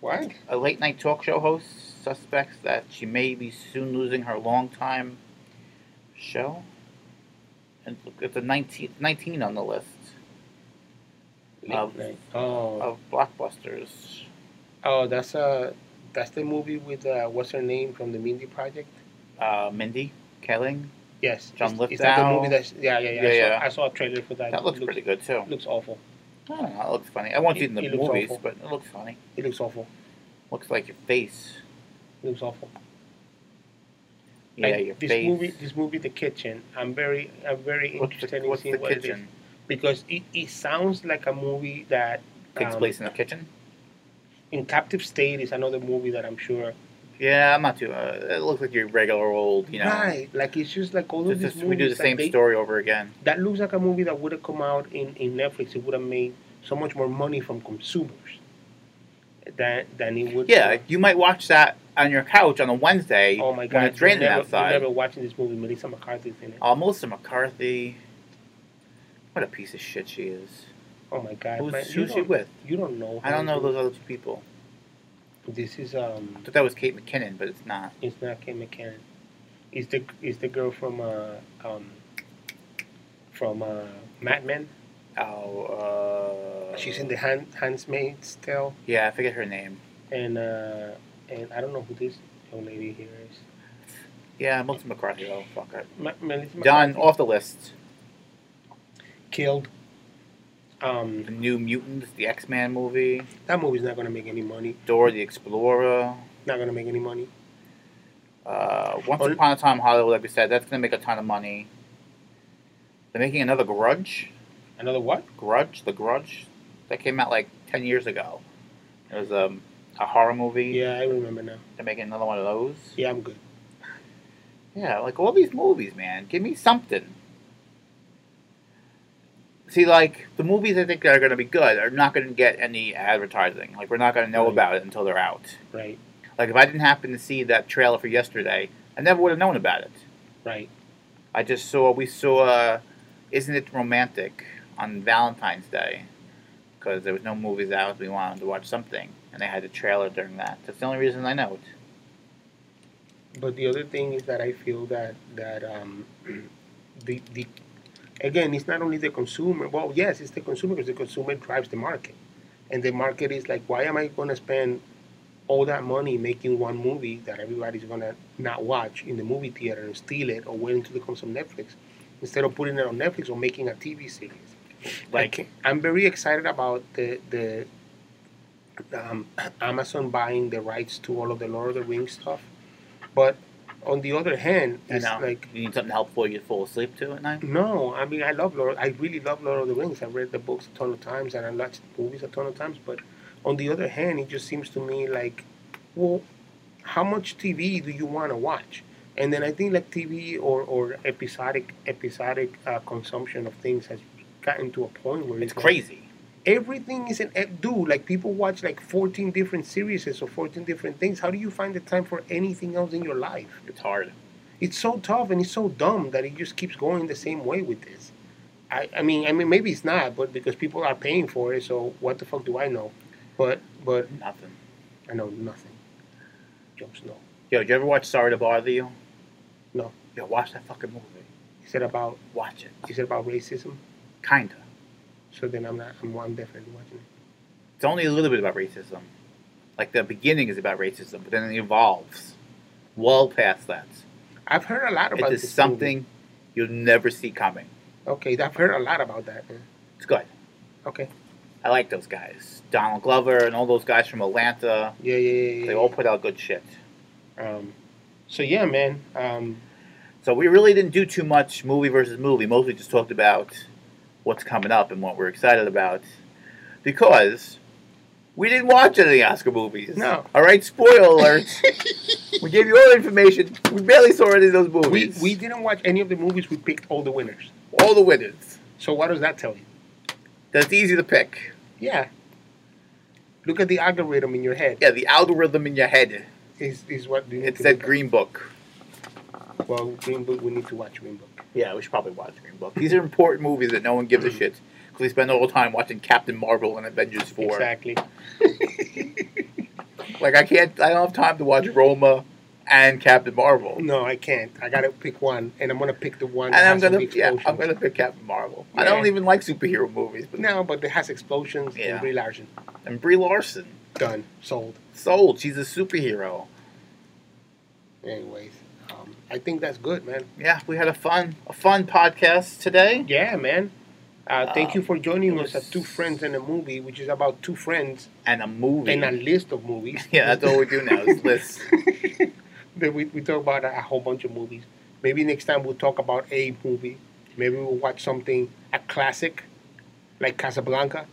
What? A late night talk show host suspects that she may be soon losing her longtime show. And look, it's a 19, 19 on the list Late Of- night. Oh, of blockbusters. Oh, that's uh that's the movie with uh, what's her name from the Mindy Project. Uh, Mindy Kaling. Yes, John is, is that the Lithgow. movie that? Yeah, yeah, yeah. I, Yeah, saw, yeah. I saw a trailer for that. That looks It pretty good too. Looks awful. I don't know, that looks funny. I won't see it in It- the it looks movies, awful. but it looks funny. It looks awful. Looks like your face. It looks awful. Yeah, Like, your this face. movie, this movie, The Kitchen. I'm very, I'm very what's the, interested in what's seeing the what it is kitchen? because it, it sounds like a movie that Takes um, place in the kitchen. in Captive State is another movie that I'm sure. Yeah, I'm not too. Uh, it looks like your regular old, you know. Right, like it's just like all of It's these just- movies. we do the that same they- story over again. That looks like a movie that would have come out in, in Netflix. It would have made so much more money from consumers than than it would. Yeah, you might watch that on your couch on a Wednesday Oh my when God! it's raining you're never, outside. You're never watching this movie. Melissa McCarthy's in it. Oh, Melissa McCarthy. What a piece of shit she is. Oh my God! Who's, man, you, who's she don't, with? you don't know. I don't her, know dude. those other two people. This is I um. thought that was Kate McKinnon, but it's not. It's not Kate McKinnon. It's the it's the girl from uh um. From uh, Mad Men. Oh, uh, She's in the hand, Handmaid's Tale, Yeah, I forget her name. and uh, and I don't know who this young lady here is. Yeah, Melissa McCarthy. Oh, fuck it. Ma- Melissa Done. McCarthy. Off the list. killed. Um, The New Mutants, the X Men movie, that movie's not gonna make any money. Dora the Explorer. Not gonna make any money. Uh, Once Oh, Upon a Time in Hollywood, like we said, that's gonna make a ton of money. They're making another Grudge. Another what? Grudge, the Grudge, that came out like ten years ago. It was um, a horror movie. Yeah, I remember now. They're making another one of those. Yeah, I'm good. Yeah, like all these movies, man. Give me something. See, like the movies I think that are going to be good are not going to get any advertising. Like we're not going to know Right. about it until they're out. Right, Like if I didn't happen to see that trailer for yesterday, I never would have known about it. right. I just saw we saw, uh, isn't it romantic on Valentine's Day? Because there was no movies out, we wanted to watch something, and they had a trailer during that. That's the only reason I know it. But the other thing is that I feel that that um, (clears throat) the the again, it's not only the consumer. Well, yes, it's the consumer because the consumer drives the market, and the market is like, why am I gonna spend all that money making one movie that everybody's gonna not watch in the movie theater and steal it or wait until it comes on Netflix instead of putting it on Netflix or making a TV series? Like Like I'm very excited about the the um, Amazon buying the rights to all of the Lord of the Rings stuff, but on the other hand, I it's know. like you need something helpful you fall asleep to at night. no. I mean, I love Lord. I really love Lord of the Rings. I read the books a ton of times and I watched the movies a ton of times. But on the other hand, it just seems to me like, well, how much TV do you want to watch? And then I think like TV or, or episodic episodic uh, consumption of things has gotten to a point where It's like, crazy. everything is an ep- do like people watch like 14 different series or 14 different things how do you find the time for anything else in your life It's hard. it's so tough and it's so dumb that it just keeps going the same way with this i, I mean i mean maybe it's not but because people are paying for it so what the fuck do i know but but Nothing. i know nothing just no Yo, did you ever watch Sorry to Bother You? No. Yo, watch that fucking movie. Is it about Watch it. is it about racism? Kinda. So then I'm not. I'm, I'm definitely watching it. It's only a little bit about racism. Like the beginning is about racism, but then it evolves well past that. I've heard a lot about It this is movie. something you'll never see coming. Okay, I've heard a lot about that. man. It's good. Okay. I like those guys. Donald Glover and all those guys from Atlanta. Yeah, yeah, yeah. yeah, They all put out good shit. Um, so yeah, man. Um, So we really didn't do too much movie versus movie. Mostly just talked about what's coming up and what we're excited about because we didn't watch any of the Oscar movies. No. All right, spoiler (laughs) alert. we gave you all the information. We barely saw any of those we movies. we didn't watch any of the movies. We picked all the winners. all the winners. So what does that tell you? That's easy to pick. Yeah. Look at the algorithm in your head. Yeah, the algorithm in your head. Is is what you need It to said look Green Book. at. Well, Green Book. We need to watch Green Book. Yeah, we should probably watch Green Book. These are important movies that no one gives a shit because we spend all the time watching Captain Marvel and Avengers Four. Exactly. Like I can't, I don't have time to watch Roma and Captain Marvel. No, I can't. I gotta pick one, and I'm gonna pick the one. And That I'm has all gonna, the yeah, I'm explosions. gonna pick Captain Marvel. I Yeah. don't even like superhero movies, but No, but it has explosions Yeah. and Brie Larson. and Brie Larson, Done. Sold. sold. She's a superhero. Anyways, um, I think that's good, man. Yeah, we had a fun, a fun podcast today. Yeah, man. Uh, thank Um, you for joining it us was- at Two Friends and a Movie, which is about two friends And a movie. and a list of movies. (laughs) yeah, that's all we do now is (laughs) lists. Then we, we talk about a, a whole bunch of movies. Maybe next time we'll talk about a movie. Maybe we'll watch something, a classic, like Casablanca.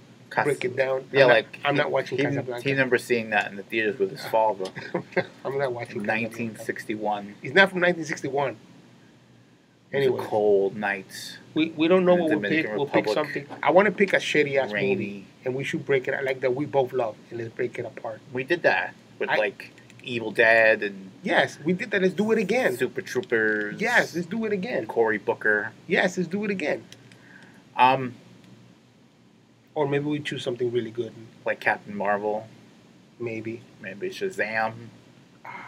Break it down. Yeah, I'm not- like I'm not watching he, Casablanca. He remembers seeing that in the theaters with his father (laughs) I'm not watching in Casablanca. 1961. It's not from 1961. It was a Anyway, cold night, we, we don't know in the what we'll pick. Dominican We'll pick Republic. something. I want to pick a shitty ass movie, rainy. and we should break it out like that. We both love, and let's break it apart. We did that with I- like Evil Dead and Yes, we did that. Let's do it again. Super Troopers. Yes, let's do it again. Cory Booker. Yes, let's do it again. Um, Or maybe we choose something really good. like Captain Marvel, Maybe maybe Shazam.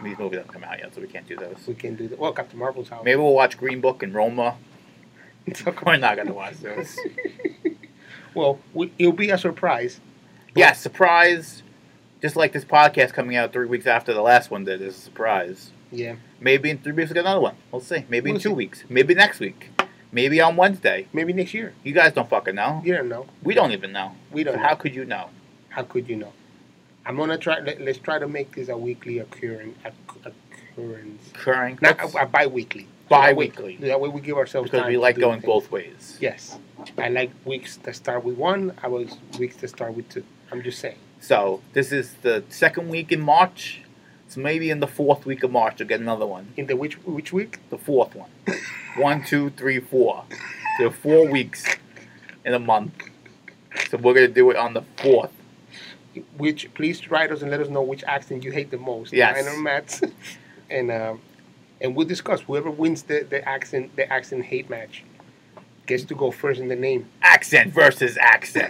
These movies haven't come out yet, so we can't do those. we can do that. Well, Captain Marvel's out. Maybe we'll watch Green Book and Roma. (laughs) (laughs) Talk about- We're not gonna watch (laughs) those. well, we, it'll be a surprise. yeah, surprise. Just like this podcast coming out three weeks after the last one did is a surprise. Yeah. Maybe in three weeks we get another one. We'll see. Maybe in We'll two see. weeks. Maybe next week. Maybe on Wednesday. Maybe next year. You guys don't fucking know. You don't know. We don't even know. We don't So know. how could you know? How could you know? I'm gonna try. Let, let's try to make this a weekly occurring occ- occurrence, Current. not a, a bi-weekly. Bi-weekly. That way we give ourselves because time we to like do going things. both ways. Yes, I like weeks that start with one. I was weeks that start with two. I'm just saying. So this is the second week in March. So maybe in the fourth week of March, I'll get another one. In the which which week? The fourth one. one, two, three, four. There are four weeks in a month. So we're gonna do it on the fourth. Which please write us and let us know which accent you hate the most. Yes. mine or Matt's, (laughs) and um, and we'll discuss whoever wins the the accent the accent hate match gets to go first in the name. Accent versus accent.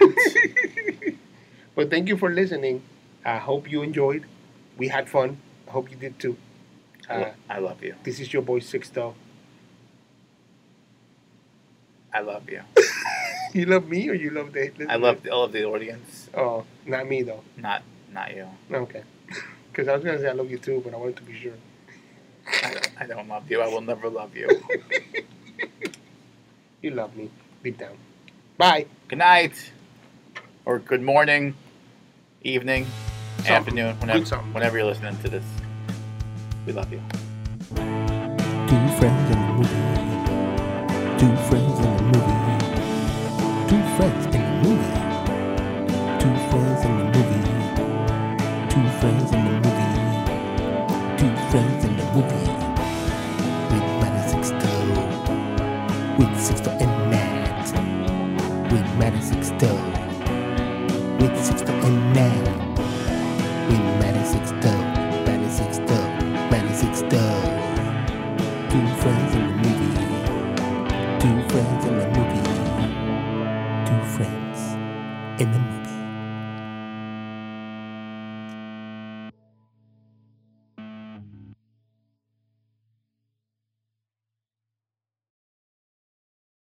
But thank you for listening. I hope you enjoyed. We had fun. I hope you did too. Uh, I love you. this is your boy Sixto. I love you. You love me or you love the? I love all of the audience. Oh, not me though. Not not you. Okay. (laughs) Because I was gonna say I love you too, but I wanted to be sure. I don't, I don't love you. I will never love you. You love me deep down. Bye. good night, or good morning, evening, Something. afternoon, Good whenever, something. whenever you're listening to this. We love you. Two friends in a movie. Two friends in a movie. Two friends in a movie. Two friends in a movie. Two friends in a movie. Two friends in a movie. With Matt and Sixto. With Sixto and Matt. With Matt and Sixto. With Sixto and Matt. With Matt and Sixto. Matt and Sixto. Matt and Sixto. Two friends in a movie. Two friends in a movie. Two friends in a movie.